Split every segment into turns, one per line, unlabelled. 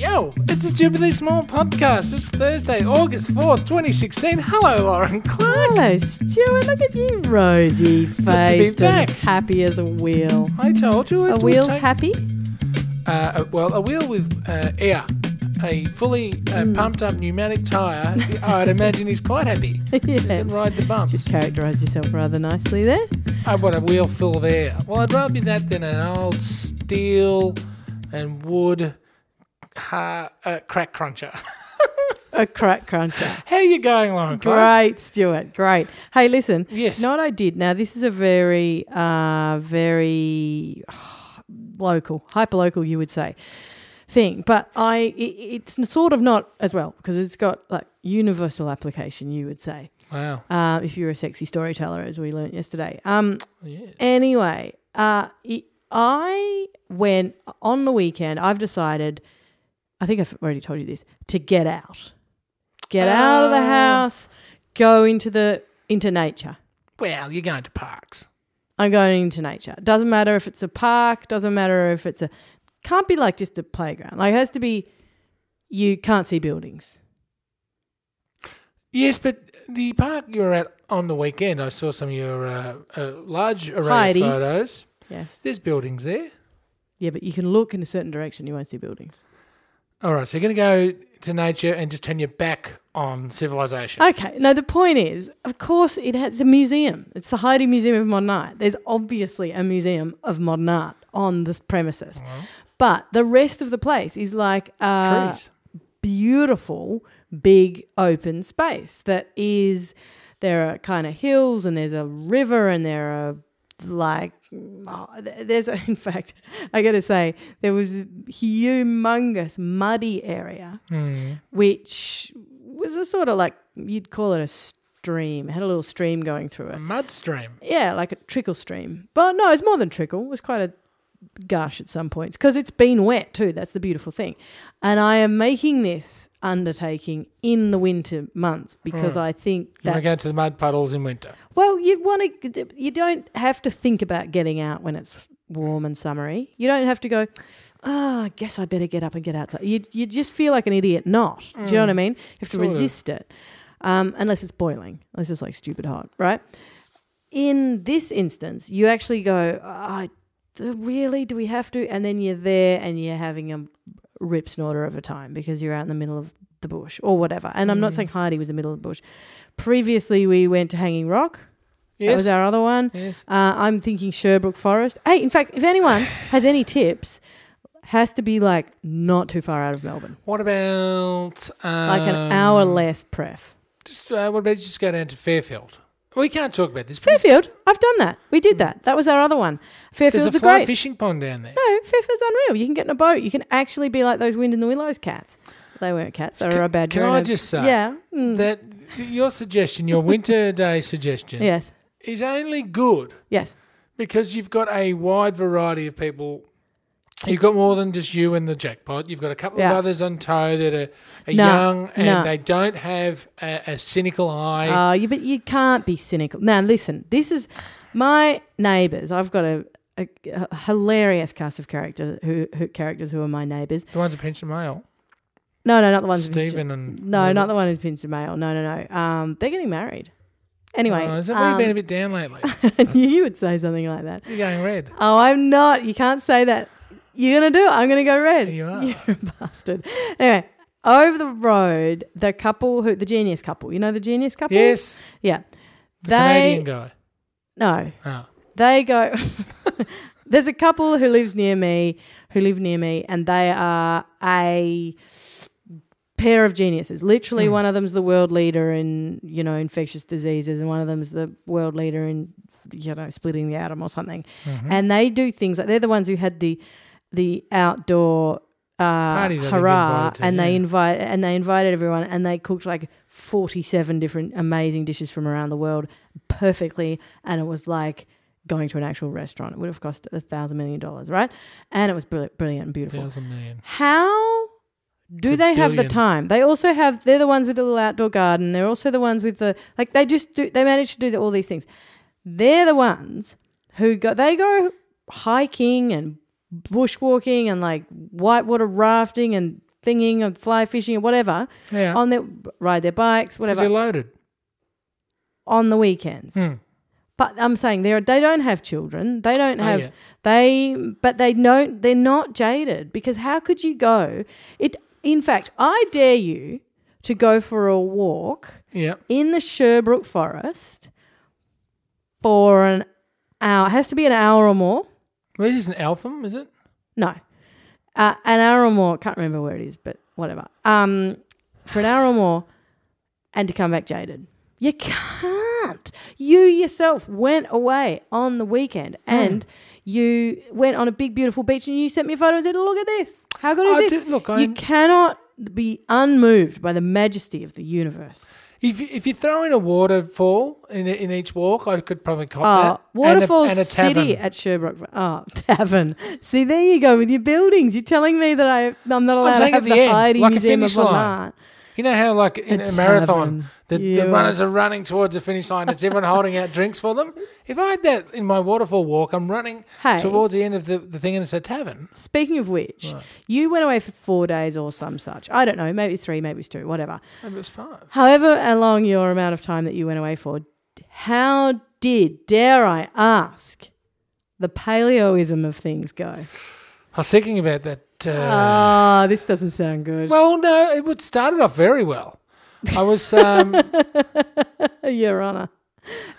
hell? It's a stupidly small podcast. It's Thursday, August 4th, 2016. Hello, Lauren Clark.
Hello, Stuart. Look at you, rosy faced
back.
and happy as a wheel.
I told you it
A
would
wheel's
take-
happy?
Uh, uh, well, a wheel with uh, air, a fully uh,
Hmm.
pumped up pneumatic tyre. I'd imagine he's quite happy.
yes.
Can ride the bumps.
Just characterised yourself rather nicely there.
I want a wheel full of air. Well, I'd rather be that than an old steel and wood ha- uh, crack cruncher.
A crack cruncher.
How you going, Lauren Clark?
Great, Stuart. Great. Hey, listen.
Yes.
Not I did. Now, this is a very, uh, very local, hyper local, you would say, thing. But I, it, it's sort of not as well because it's got like universal application, you would say.
Wow.
uh, if you're a sexy storyteller, as we learnt yesterday. Um,
Yeah.
anyway, uh, it- I went on the weekend. I've decided, I think I've already told you this, to get out, get out of the
Oh.
house, go into the into nature.
Well, you're going to parks.
I'm going into nature. Doesn't matter if it's a park. Doesn't matter if it's a. Can't be like just a playground. Like it has to be. You can't see buildings.
Yes, but the park you were at on the weekend, I saw some of your uh, uh, large array
Heidi.
of photos.
Yes.
There's buildings there.
Yeah, but you can look in a certain direction. You won't see buildings.
All right, so you're going to go to nature and just turn your back on civilization.
Okay. No, the point is, of course, it has a museum. It's the Heidi Museum of Modern Art. There's obviously a museum of modern art on this premises, but the rest of the place is like a
Trees.
beautiful big open space that is. There are kind of hills, and there's a river, and there are like oh, th- there's a, in fact I got to say there was a humongous muddy area
Hmm.
which was a sort of like you'd call it a stream. It had a little stream going through
A
it.
mud stream.
Yeah, like a trickle stream. But no, it's more than trickle. It was quite a gush at some points because it's been wet too. That's the beautiful thing. And I am making this undertaking in the winter months because I think
Hmm. You want to
that
go to the mud puddles in winter.
well, you want to you don't have to think about getting out when it's warm and summery. You don't have to go, "Ah, I guess I better get up and get outside." You you just feel like an idiot not. Do you know what I mean? You have to
Mm. Sort of.
resist it. Um, unless it's boiling, unless it's like stupid hot, right? In this instance, you actually go, "Ah, "I really do we have to?" And then you're there and you're having a rip snorter of a time because you're out in the middle of the bush or whatever. And I'm
Mm.
not saying Heidi was in the middle of the bush. Previously, we went to Hanging Rock. That
Yes.
was our other one.
yes.
Uh, I'm thinking Sherbrooke Forest. Hey, in fact, if anyone has any tips, has to be like not too far out of Melbourne,
What about um,
like an hour less pref.
Just uh, what about just go down to Fairfield? We can't talk about this. because
Fairfield, I've done that. We did that. That was our other one.
There's
Fairfield's
a
a
fly
great.
fishing pond down there.
No, Fairfield's unreal. You can get in a boat. You can actually be like those Wind in the Willows cats. They weren't cats. They were a bad.
Can I just say
Yeah. Mm.
that your suggestion, your winter day suggestion,
Yes.
is only good
Yes.
because you've got a wide variety of people. You've got more than just you and the jackpot. You've got a couple
Yeah.
of others on tow that are, are
No,
young and
no.
they don't have a, a cynical eye.
Oh, you, but you can't be cynical. Now, listen, this is my neighbours. I've got a, a, a hilarious cast of characters who, who characters who are my neighbours.
the ones at Pension Mail,
No, no, not the ones. in Pinch-
Stephen and
no, not the one in Pinch Mail. No, no, no. Um, they're getting married. Anyway,
Oh, is that why
um,
you've been a bit down lately?
I knew you would say something like that.
You're going red.
Oh, I'm not. You can't say that. You're gonna do it. I'm gonna go red.
You are.
You're a bastard. Anyway, over the road, the couple who the genius couple. You know the genius couple.
Yes,
Yeah.
the
they
Canadian guy.
no.
Oh.
they go there's a couple who lives near me who live near me and they are a pair of geniuses literally one of them's the world leader in you know infectious diseases and one of them's the world leader in you know splitting the atom or something
Mm-hmm.
and they do things like they're the ones who had the the outdoor uh,
Party that they
hurrah
invited to,
and they
yeah.
invite and they invited everyone and they cooked like 47 different amazing dishes from around the world perfectly and it was like going to an actual restaurant it would have cost a thousand million dollars right and it was brilli- brilliant and beautiful
Thousand million.
how do
To
they have the
billion.
time? They also have. They're the ones with the little outdoor garden. They're also the ones with the like. They just do. They manage to do the, all these things. They're the ones who go. They go hiking and bushwalking and like whitewater rafting and thinging or fly fishing or whatever
Yeah.
on their ride their bikes,
Because
whatever
you're loaded.
on the weekends.
Hmm.
But I'm saying they they don't have children. They don't
Oh,
have
yeah.
they but they know they're not jaded because how could you go? It in fact, I dare you to go for a walk
Yeah.
in the Sherbrooke forest for an hour. It has to be an hour or more.
Well, this is an Eltham, is it?
No. Uh, an hour or more. Can't remember where it is, but whatever. Um, for an hour or more and to come back jaded. You can't. You yourself went away on the weekend
Hmm.
and you went on a big, beautiful beach and you sent me a photo and said, Look at this. How good is
I
this?
did- look,
you
I'm-
cannot be unmoved by the majesty of the universe.
If you, if you throw in a waterfall in in each walk, I could probably cop
Oh,
that.
Waterfall
and a, and a tavern.
City at Sherbrooke. Oh, tavern. See, there you go with your buildings. You're telling me that I, I'm not allowed to
saying at
have
the
the,
end,
Heidi
like a
Museum
finish
of
line.
Art.
You know how, like in
A
a, marathon,
tavern.
the,
Yes.
the runners are running towards the finish line. It's everyone holding out drinks for them. If I had that in my waterfall walk, I'm running
Hey.
towards the end of the, the thing, and it's a tavern.
Speaking of which, you went away for four days or some such. I don't know. Maybe it's three, maybe it's two, whatever.
Maybe it's five.
However long your amount of time that you went away for, how did, dare I ask, the paleoism of things go?
I was thinking about that. Uh,
Ah, this doesn't sound good.
well, no, it would started off very well. I was um,
Your Honour.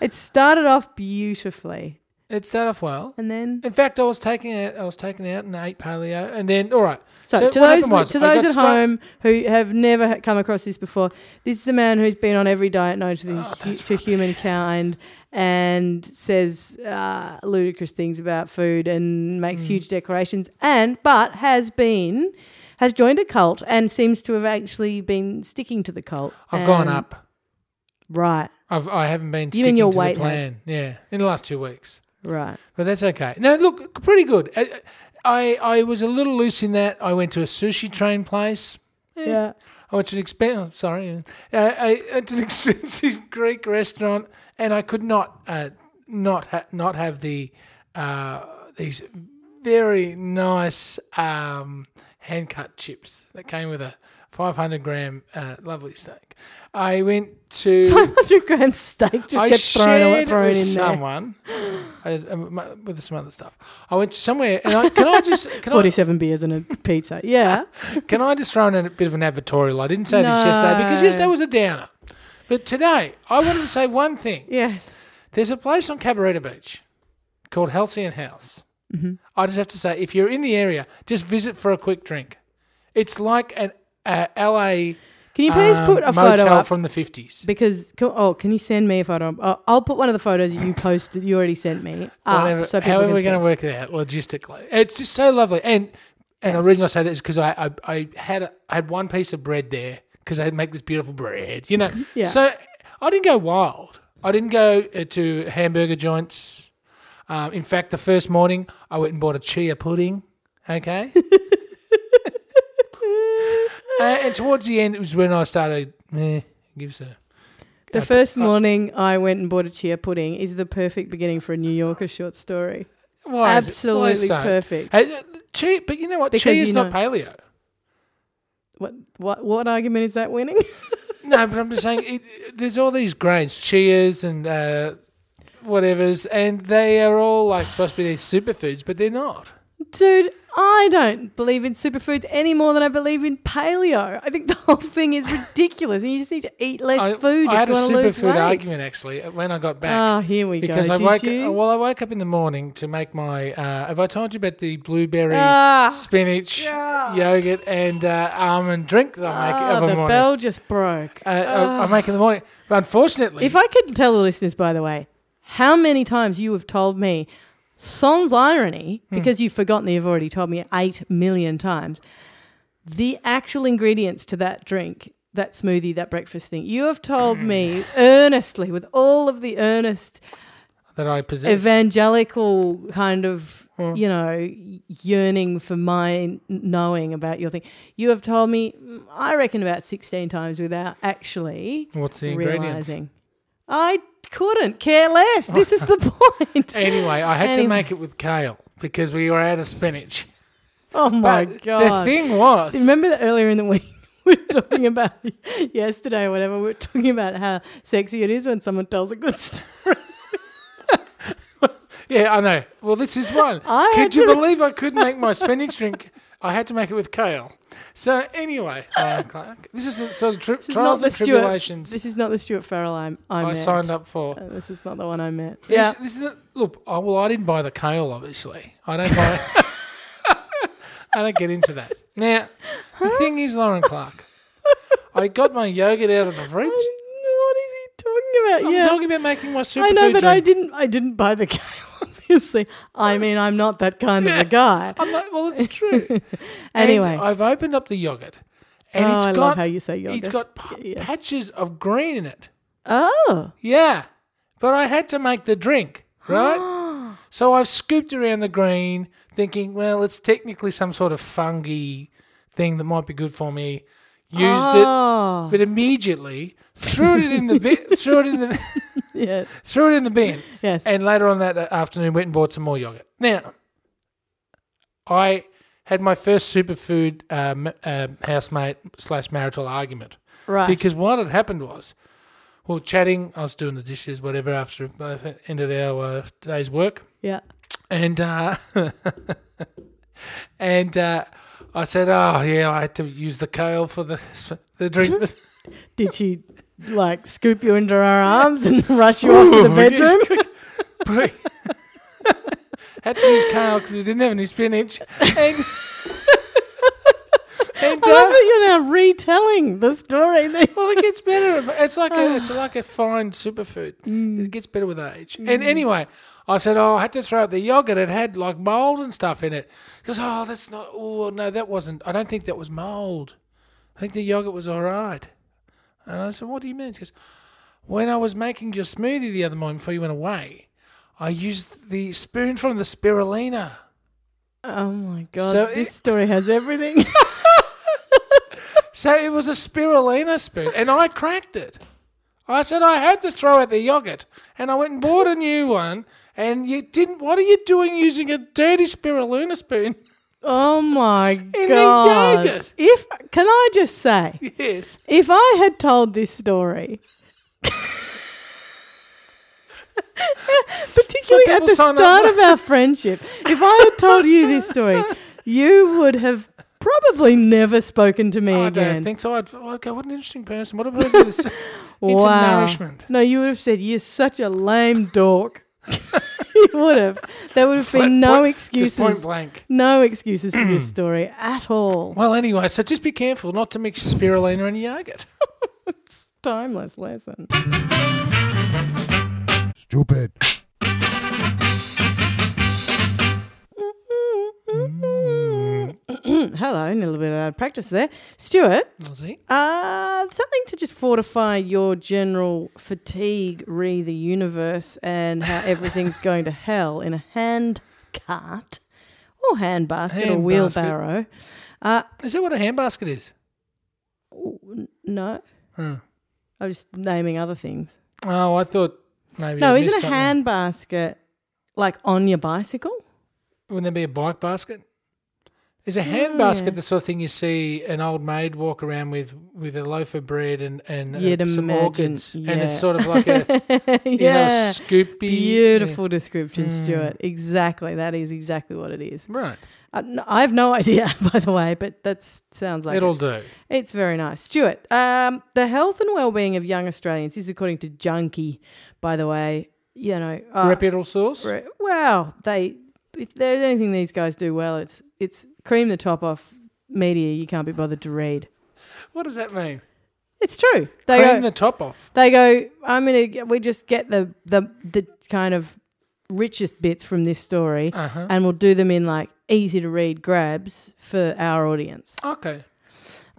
It started off beautifully.
it started off well.
And then
In fact, I was taking out I was taken out and ate paleo, and then all right.
So, to
what
those
happened was
to
I
those
got
at
straight-
home who have never ha- come across this before, this is a man who's been on every diet known
Oh,
to, the, hu- to humankind and says uh, ludicrous things about food and makes
Hmm.
huge declarations, and but has been has joined a cult and seems to have actually been sticking to the cult.
I've gone
And-
up.
Right,
I've I haven't been
Um, You
sticking
and your
to
weight
the
has-
plan. Yeah, in the last two weeks.
right.
But that's okay. No, look, pretty good. I, I I was a little loose in that. I went to a sushi train place. Eh,
Yeah.
I went to an expensive. Sorry, uh, I went to an expensive Greek restaurant, and I could not uh, not ha- not have the uh, these very nice um, hand cut chips that came with a 500 gram uh, lovely steak. I went to
500 gram steak just
I
gets thrown, away,
shared
thrown
with
in there.
someone I, um, my- with some other stuff. I went somewhere, and I, can I just can I,
47 beers and a pizza. Yeah.
can I just throw in a bit of an advertorial? I didn't say this yesterday because yesterday
No.
was a downer. But today, I wanted to say one thing.
yes.
There's a place on Cabaretta Beach called Halcyon House.
Mm-hmm.
I just have to say, if you're in the area, just visit for a quick drink. It's like an uh, LA
Can you please
um,
put a photo
motel
up?
from the 50s.
Because co- oh, can you send me a photo? Oh, I'll put one of the photos you posted. You already sent me. Up,
Whatever,
Ah, so people
however,
can
we're
see.
going to work it out logistically. It's just so lovely. And and the reason I say that is because I, I I had I had one piece of bread there because I make this beautiful bread, you know.
Yeah.
So I didn't go wild. I didn't go uh, to hamburger joints. Um, in fact, the first morning I went and bought a chia pudding. Okay. Uh, and towards the end, it was when I started. Eh, gives a
The first morning I went and bought a chia pudding is the perfect beginning for a New Yorker short story.
why is it- why
Absolutely
so?
perfect.
Hey, uh, chia, but you know what?
Because
chia is
you
not
know-
paleo.
What what what argument is that winning?
No, but I'm just saying, it, it- there's all these grains, cheers and uh, whatever's, and they are all like supposed to be these superfoods, but they're not.
Dude, I don't believe in superfoods any more than I believe in paleo. I think the whole thing is ridiculous, and you just need to eat less
I,
food.
I
if
had a
you wanna lose
superfood
weight.
argument actually uh, when I got back.
Oh, here we
because
go.
I
Did
woke
you?
well, I woke up in the morning to make my. Uh, have I told you about the blueberry
Ah.
spinach yogurt and uh, almond drink that I make
Ah,
every
the
morning?
bell just broke.
uh, I, I make in the morning, but unfortunately,
If I could tell the listeners, by the way, how many times you have told me sans irony, because you've forgotten that you've already told me eight million times, the actual ingredients to that drink, that smoothie, that breakfast thing. You have told me earnestly, with all of the earnest
that I possess,
evangelical kind of, you know, yearning for my knowing about your thing. You have told me, mm, I reckon, about 16 times without actually
what's the ingredients?
realizing I couldn't care less. This is the point.
Anyway, I had to
Anyway.
make it with kale because we were out of spinach.
Oh my
But The
god!
thing was,
Remember that earlier in the week we were talking about yesterday or whatever. We were talking about how sexy it is when someone tells a good story.
yeah, I know. Well, this is one.
I had
Could you
to-
believe I could make my spinach drink? I had to make it with kale. So anyway, uh, Clark, this is the sort of tri-
is
trials
not
and
the Stuart-
tribulations
This is not the Stuart Farrell I'm, I,
I
met.
signed up for.
Uh, This is not the one I met.
This- This, is the, look, oh, well, I didn't buy the kale, obviously. I don't buy. I don't get into that. Now, the thing is, Lauren Clark, I got my yogurt out of the
I
fridge.
don't know what is he talking about?
I'm
yeah,
talking about making my superfood
I know, but
drink.
I didn't. I didn't buy the kale. Obviously, I mean, I'm not that kind of
Yeah.
a guy.
I'm not, well, it's true. And
Anyway,
I've opened up the yogurt, and
oh,
it's
I
got
love how you say yogurt.
it's got p-
Yes.
patches of green in it.
oh,
Yeah, but I had to make the drink right. so I've scooped around the green, thinking, well, it's technically some sort of fungi thing that might be good for me. Used
oh.
it, but immediately threw it in the bin. threw it in the
yes,
threw it in the bin.
yes.
And later on that afternoon, went and bought some more yogurt. Now, I had my first superfood um, uh, housemate slash marital argument
right.
because what had happened was, we were chatting. I was doing the dishes, whatever. After I ended our uh, day's work,
yeah.
and uh, and uh, I said, "Oh yeah, I had to use the kale for the the drink." this-
Did she like scoop you into her arms and rush you off to the
Ooh, yes,
bedroom?
quick. Had to use kale because we didn't have any spinach. And, and
I love
uh,
that you're now retelling the story. that-
well, it gets better. It's like a, it's like a fine superfood. It gets better with age. And anyway, I said, oh, I had to throw out the yogurt. It had like mold and stuff in it. Because oh, that's not. Oh no, that wasn't. I don't think that was mold. I think the yogurt was all right. And I said, what do you mean? She goes, when I was making your smoothie the other morning before you went away, I used the spoon from the spirulina.
Oh my god!
So
this
it-
story has everything.
So it was a spirulina spoon, and I cracked it. I said I had to throw out the yogurt, and I went and bought a new one. And you didn't. What are you doing using a dirty spirulina spoon?
oh my
the
god!
yogurt.
If can I just say,
Yes.
if I had told this story. Particularly at
people
the
sign up.
start of our friendship, if I had told you this story, you would have probably never spoken to me
I
again.
don't think so. I'd, I'd go. What an interesting person. What a person that's into nourishment.
No, you would have said, You're such a lame dork. you would have. There would have been no
Point-
excuses.
Just point blank.
No excuses for this story at all.
Well, anyway, so just be careful not to mix your spirulina and your yogurt.
Timeless lesson.
Stupid.
Hello, and a little bit out of practice there. Stuart,
Lizzie.
uh, something to just fortify your general fatigue, re the universe, and how everything's going to hell in a hand cart or hand basket or
Hand basket.
wheelbarrow. Uh,
Is that what a handbasket is?
Oh, n- no.
Hmm.
I was naming other things.
Oh, I thought maybe.
no,
I
isn't
missed
a
something.
hand basket like on your bicycle?
Wouldn't there be a bike basket? Is a hand
Yeah.
basket the sort of thing you see an old maid walk around with with a loaf of bread and and uh,
You'd
some
imagine,
orchids, and it's
yeah.
sort of like a you know
yeah.
scoopy
Beautiful description,
Mm.
Stuart. Exactly. That is exactly what it is.
yeah. right.
Uh, no, I have no idea, by the way, but that sounds like it.
It'll do.
It's very nice. Stuart, um, the health and well-being of young Australians, this is according to Junkie, by the way, you know. uh,
Reputable source.
Right. Well, they if there's anything these guys do well, it's it's cream the top off media you can't be bothered to read.
What does that mean?
It's true. They
Clean
go,
the top off.
they go. I'm gonna. get- We just get the the the kind of richest bits from this story,
Uh huh.
and we'll do them in like easy to read grabs for our audience.
Okay.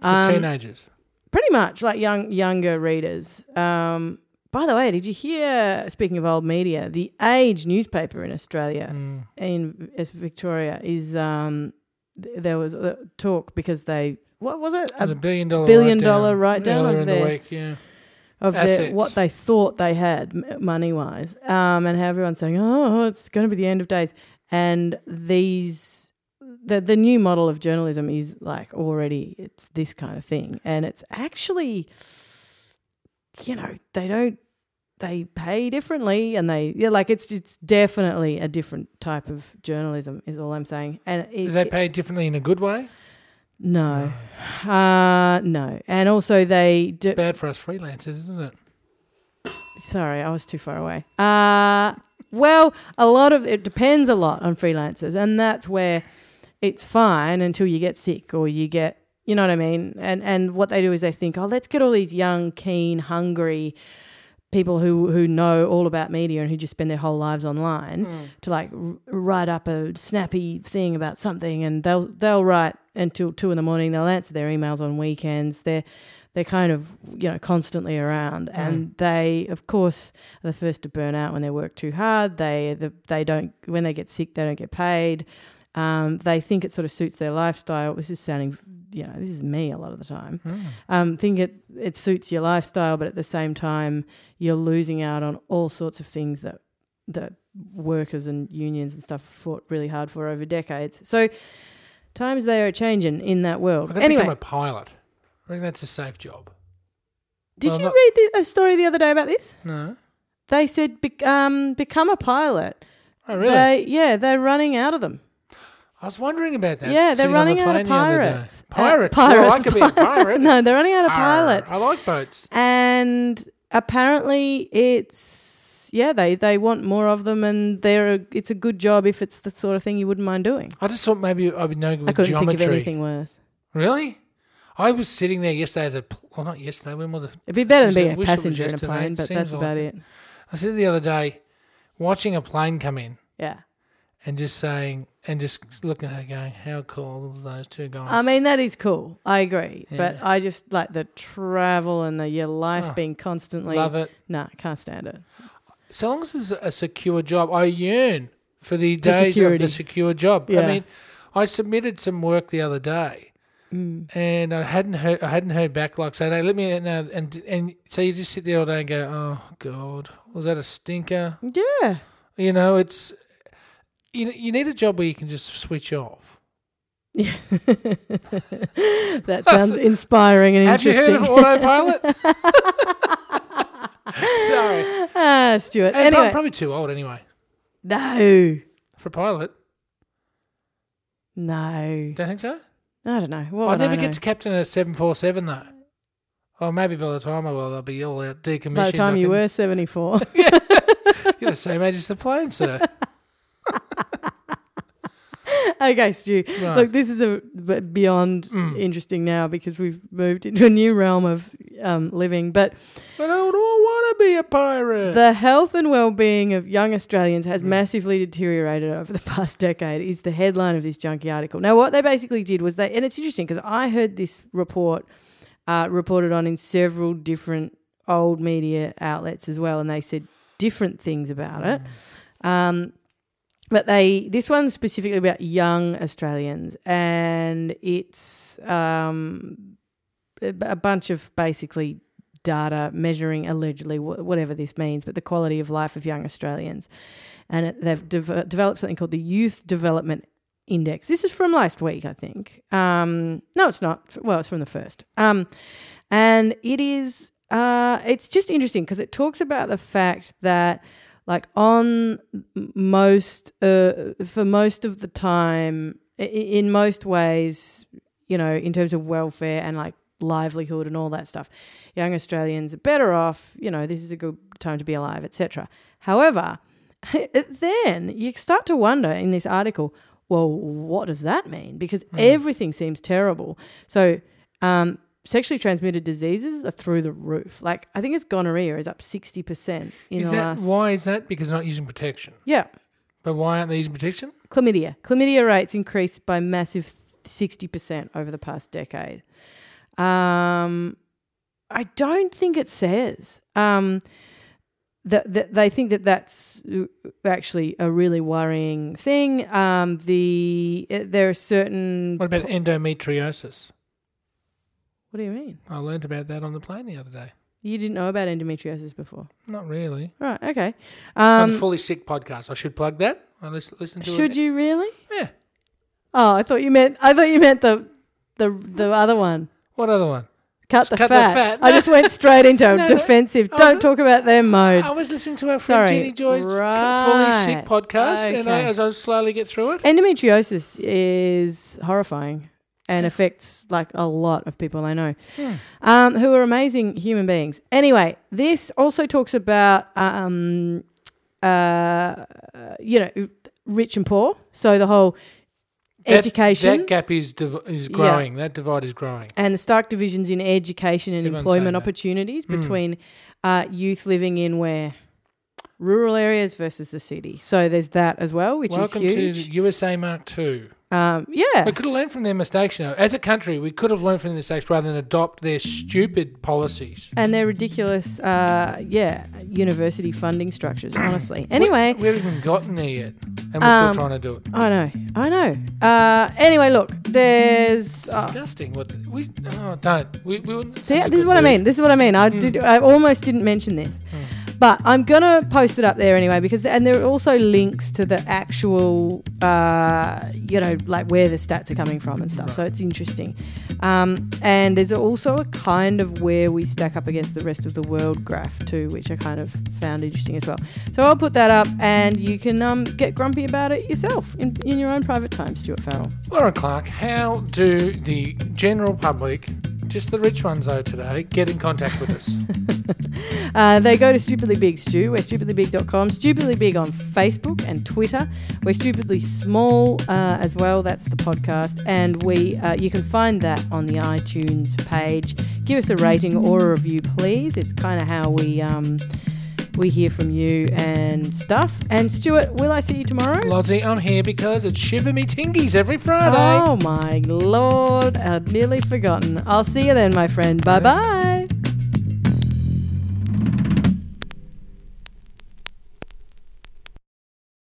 For
Um,
teenagers.
pretty much like young younger readers. Um, by the way, did you hear? Speaking of old media, the Age newspaper in Australia
Mm.
in as Victoria is um th- there was a talk because they what was it
It was a billion dollar
billion
write
dollar write-down
earlier
of
in
their-
the week. Yeah.
of their,
assets.
what they thought they had money wise um and how everyone's saying oh it's going to be the end of days and these the the new model of journalism is like already it's this kind of thing, and it's actually, you know, they don't they pay differently, and they yeah, like it's it's definitely a different type of journalism is all I'm saying. And it,
Do they pay differently in a good way?
no, uh, no, and also they do,
Bad for us freelancers, isn't it?
Sorry, I was too far away. Uh, well, a lot of it depends a lot on freelancers, and that's where it's fine until you get sick or you get, you know what I mean. And and what they do is they think, oh, let's get all these young, keen, hungry people who who know all about media and who just spend their whole lives online to like r- write up a snappy thing about something, and they'll they'll write until two in the morning. They'll answer their emails on weekends. They're they're kind of you know constantly around, and they of course are the first to burn out when they work too hard. They the, they don't when they get sick they don't get paid. Um, they think it sort of suits their lifestyle. This is sounding, you know, this is me a lot of the time.
Mm.
Um, think it it suits your lifestyle, but at the same time, you're losing out on all sorts of things that that workers and unions and stuff fought really hard for over decades. So times they are changing in that
I
world.
think
Anyway,
I'm a pilot. I think that's a safe job.
did
well,
you
not-
read the, a story the other day about this?
No.
They said bec um, become a pilot.
Oh, really?
They, yeah, they're running out of them.
I was wondering about that.
Yeah, they're
sitting
running
on
out
the
of
plane the other day.
pirates. Uh,
Pirates.
pirates.
Well, I could be a pirate.
no, they're running out of
Arr,
pilots.
I like boats.
and apparently it's yeah they they want more of them and they're a, it's a good job if it's the sort of thing you wouldn't mind doing
I just thought maybe I'd be no good
i
with
couldn't
geometry.
think of anything worse
Really? I was sitting there yesterday as a pl- well, not yesterday. When was it?
it'd be better
You
than
said-
being
we
a
said it was
passenger in a
yesterday.
plane
It
but
seems
that's
like
about
it.
it
I said the other day, watching a plane come in
yeah
and just saying and just looking at it, going, how cool are those two guys?
i mean that is cool i agree but
Yeah.
i just like the travel and the your life
Oh,
being constantly
love it.
nah can't stand it
So long as it's a secure job, I yearn for the days of
security.
the secure job. I
Yeah.
mean, I submitted some work the other day, and I hadn't heard I hadn't heard back. Like, say, they let me know, and and so you just sit there all day and go, oh god, was that a stinker?
yeah
You know, it's you you need a job where you can just switch off.
that sounds inspiring and
Have you
interesting
heard of autopilot? Sorry,
ah stuart
and
anyway
I'm probably too old anyway
no
for a pilot.
no
Don't think so.
I don't know. What
I'll
would I
never
know?
get to captain a 747 though. Oh, maybe by the time I will, they'll be all out decommissioned.
By the time
I
you
can-
were 74.
You're the same age as the plane, sir.
okay, Stu.
Right. Mm.
Look, this is a b- beyond interesting now because we've moved into a new realm of um, living. But
I don't want to be a pirate.
the health and well-being of young Australians has massively deteriorated over the past decade is the headline of this junky article. Now, what they basically did was they, and it's interesting because I heard this report uh, reported on in several different old media outlets as well, and they said different things about it.
Mm.
Um, but they this one's specifically about young Australians, and it's um, a b- a bunch of basically data measuring allegedly wh- whatever this means, but the quality of life of young Australians, and it, they've dev- developed something called the Youth Development Index. This is from last week, I think. Um, no, it's not. F- Well, it's from the first, um, and it is. Uh, it's just interesting because it talks about the fact that like on m- most uh, for most of the time i- i- in most ways you know in terms of welfare and like livelihood and all that stuff young australians are better off you know this is a good time to be alive etc however then you start to wonder in this article well what does that mean because everything seems terrible so um Sexually transmitted diseases are through the roof. Like I think it's gonorrhea is up sixty percent in
is
the
that,
last.
Why is that? Because they're not using protection.
Yeah,
But why aren't they using protection?
chlamydia. Chlamydia rates increased by massive sixty percent over the past decade. Um, I don't think it says um, that, that they think that that's uh, actually a really worrying thing. Um, the uh, there are certain.
What about endometriosis?
What do you mean?
I learnt about that on the plane the other day.
You didn't know about endometriosis before,
Not really.
right? Okay.
On
Um,
the Fully Sick podcast. I should plug that. I listen, listen to
should
it.
you really?
Yeah.
Oh, I thought you meant I thought you meant the the the other one.
What other one?
Cut the
Cut the
fat.
fat.
I just went straight into
no.
defensive.
I
Don't
was-
talk about their mode.
I was listening to our friend
Sorry.
Jenny Joy's c- fully
Right.
sick podcast, and I,
Okay.
as I slowly get through it,
Endometriosis is horrifying and affects like a lot of people I know
Yeah.
um, who are amazing human beings. Anyway, this also talks about, um, uh, you know, rich and poor. So the whole
That-
education.
that gap is div- is
Yeah.
growing. That divide is growing.
and the stark divisions in education and
Everyone's saying
employment
that.
opportunities
Mm.
between uh, youth living in where rural areas versus the city. So there's that as well, which
Welcome
is
to
huge.
the USA Mark Two.
um, yeah,
We could have learned from their mistakes, you know. As a country, we could have learned from their mistakes rather than adopt their stupid policies.
and they're ridiculous. Uh, yeah, university funding structures. Honestly, anyway,
We haven't even gotten there yet, and we're
Um,
still trying to do it.
I know, I know. Uh, anyway, look, there's. Uh,
Disgusting. What the, we oh, don't. We, we wouldn't.
See,
that's a
this is
good
what I
word. Hmm.
mean. This is what I mean. I
Mm.
did. I almost didn't mention this, but I'm gonna post it up there anyway because, and there are also links to the actual, uh, you know, like where the stats are coming from and stuff. So it's interesting. Um, and there's also a kind of where we stack up against the rest of the world graph too, which I kind of found interesting as well. So I'll put that up, and you can um, get grumpy about it yourself in, in your own private time, Stuart Farrell.
Lauren Clark, how do the general public, just the rich ones though today, get in contact with us?
Uh, they go to Stupidly Big Stew. We're stupidlybig.com. Stupidly Big on Facebook and Twitter. We're Stupidly Small uh, as well. That's the podcast. And we, uh, you can find that on the iTunes page. Give us a rating or a review, please. It's kind of how we. Um, we hear from you and stuff. And Stuart, will I see you tomorrow?
Lozzie, I'm here because it's Shiver Me Tingies every Friday.
Oh my lord, I'd nearly forgotten. I'll see you then, my friend. Bye bye.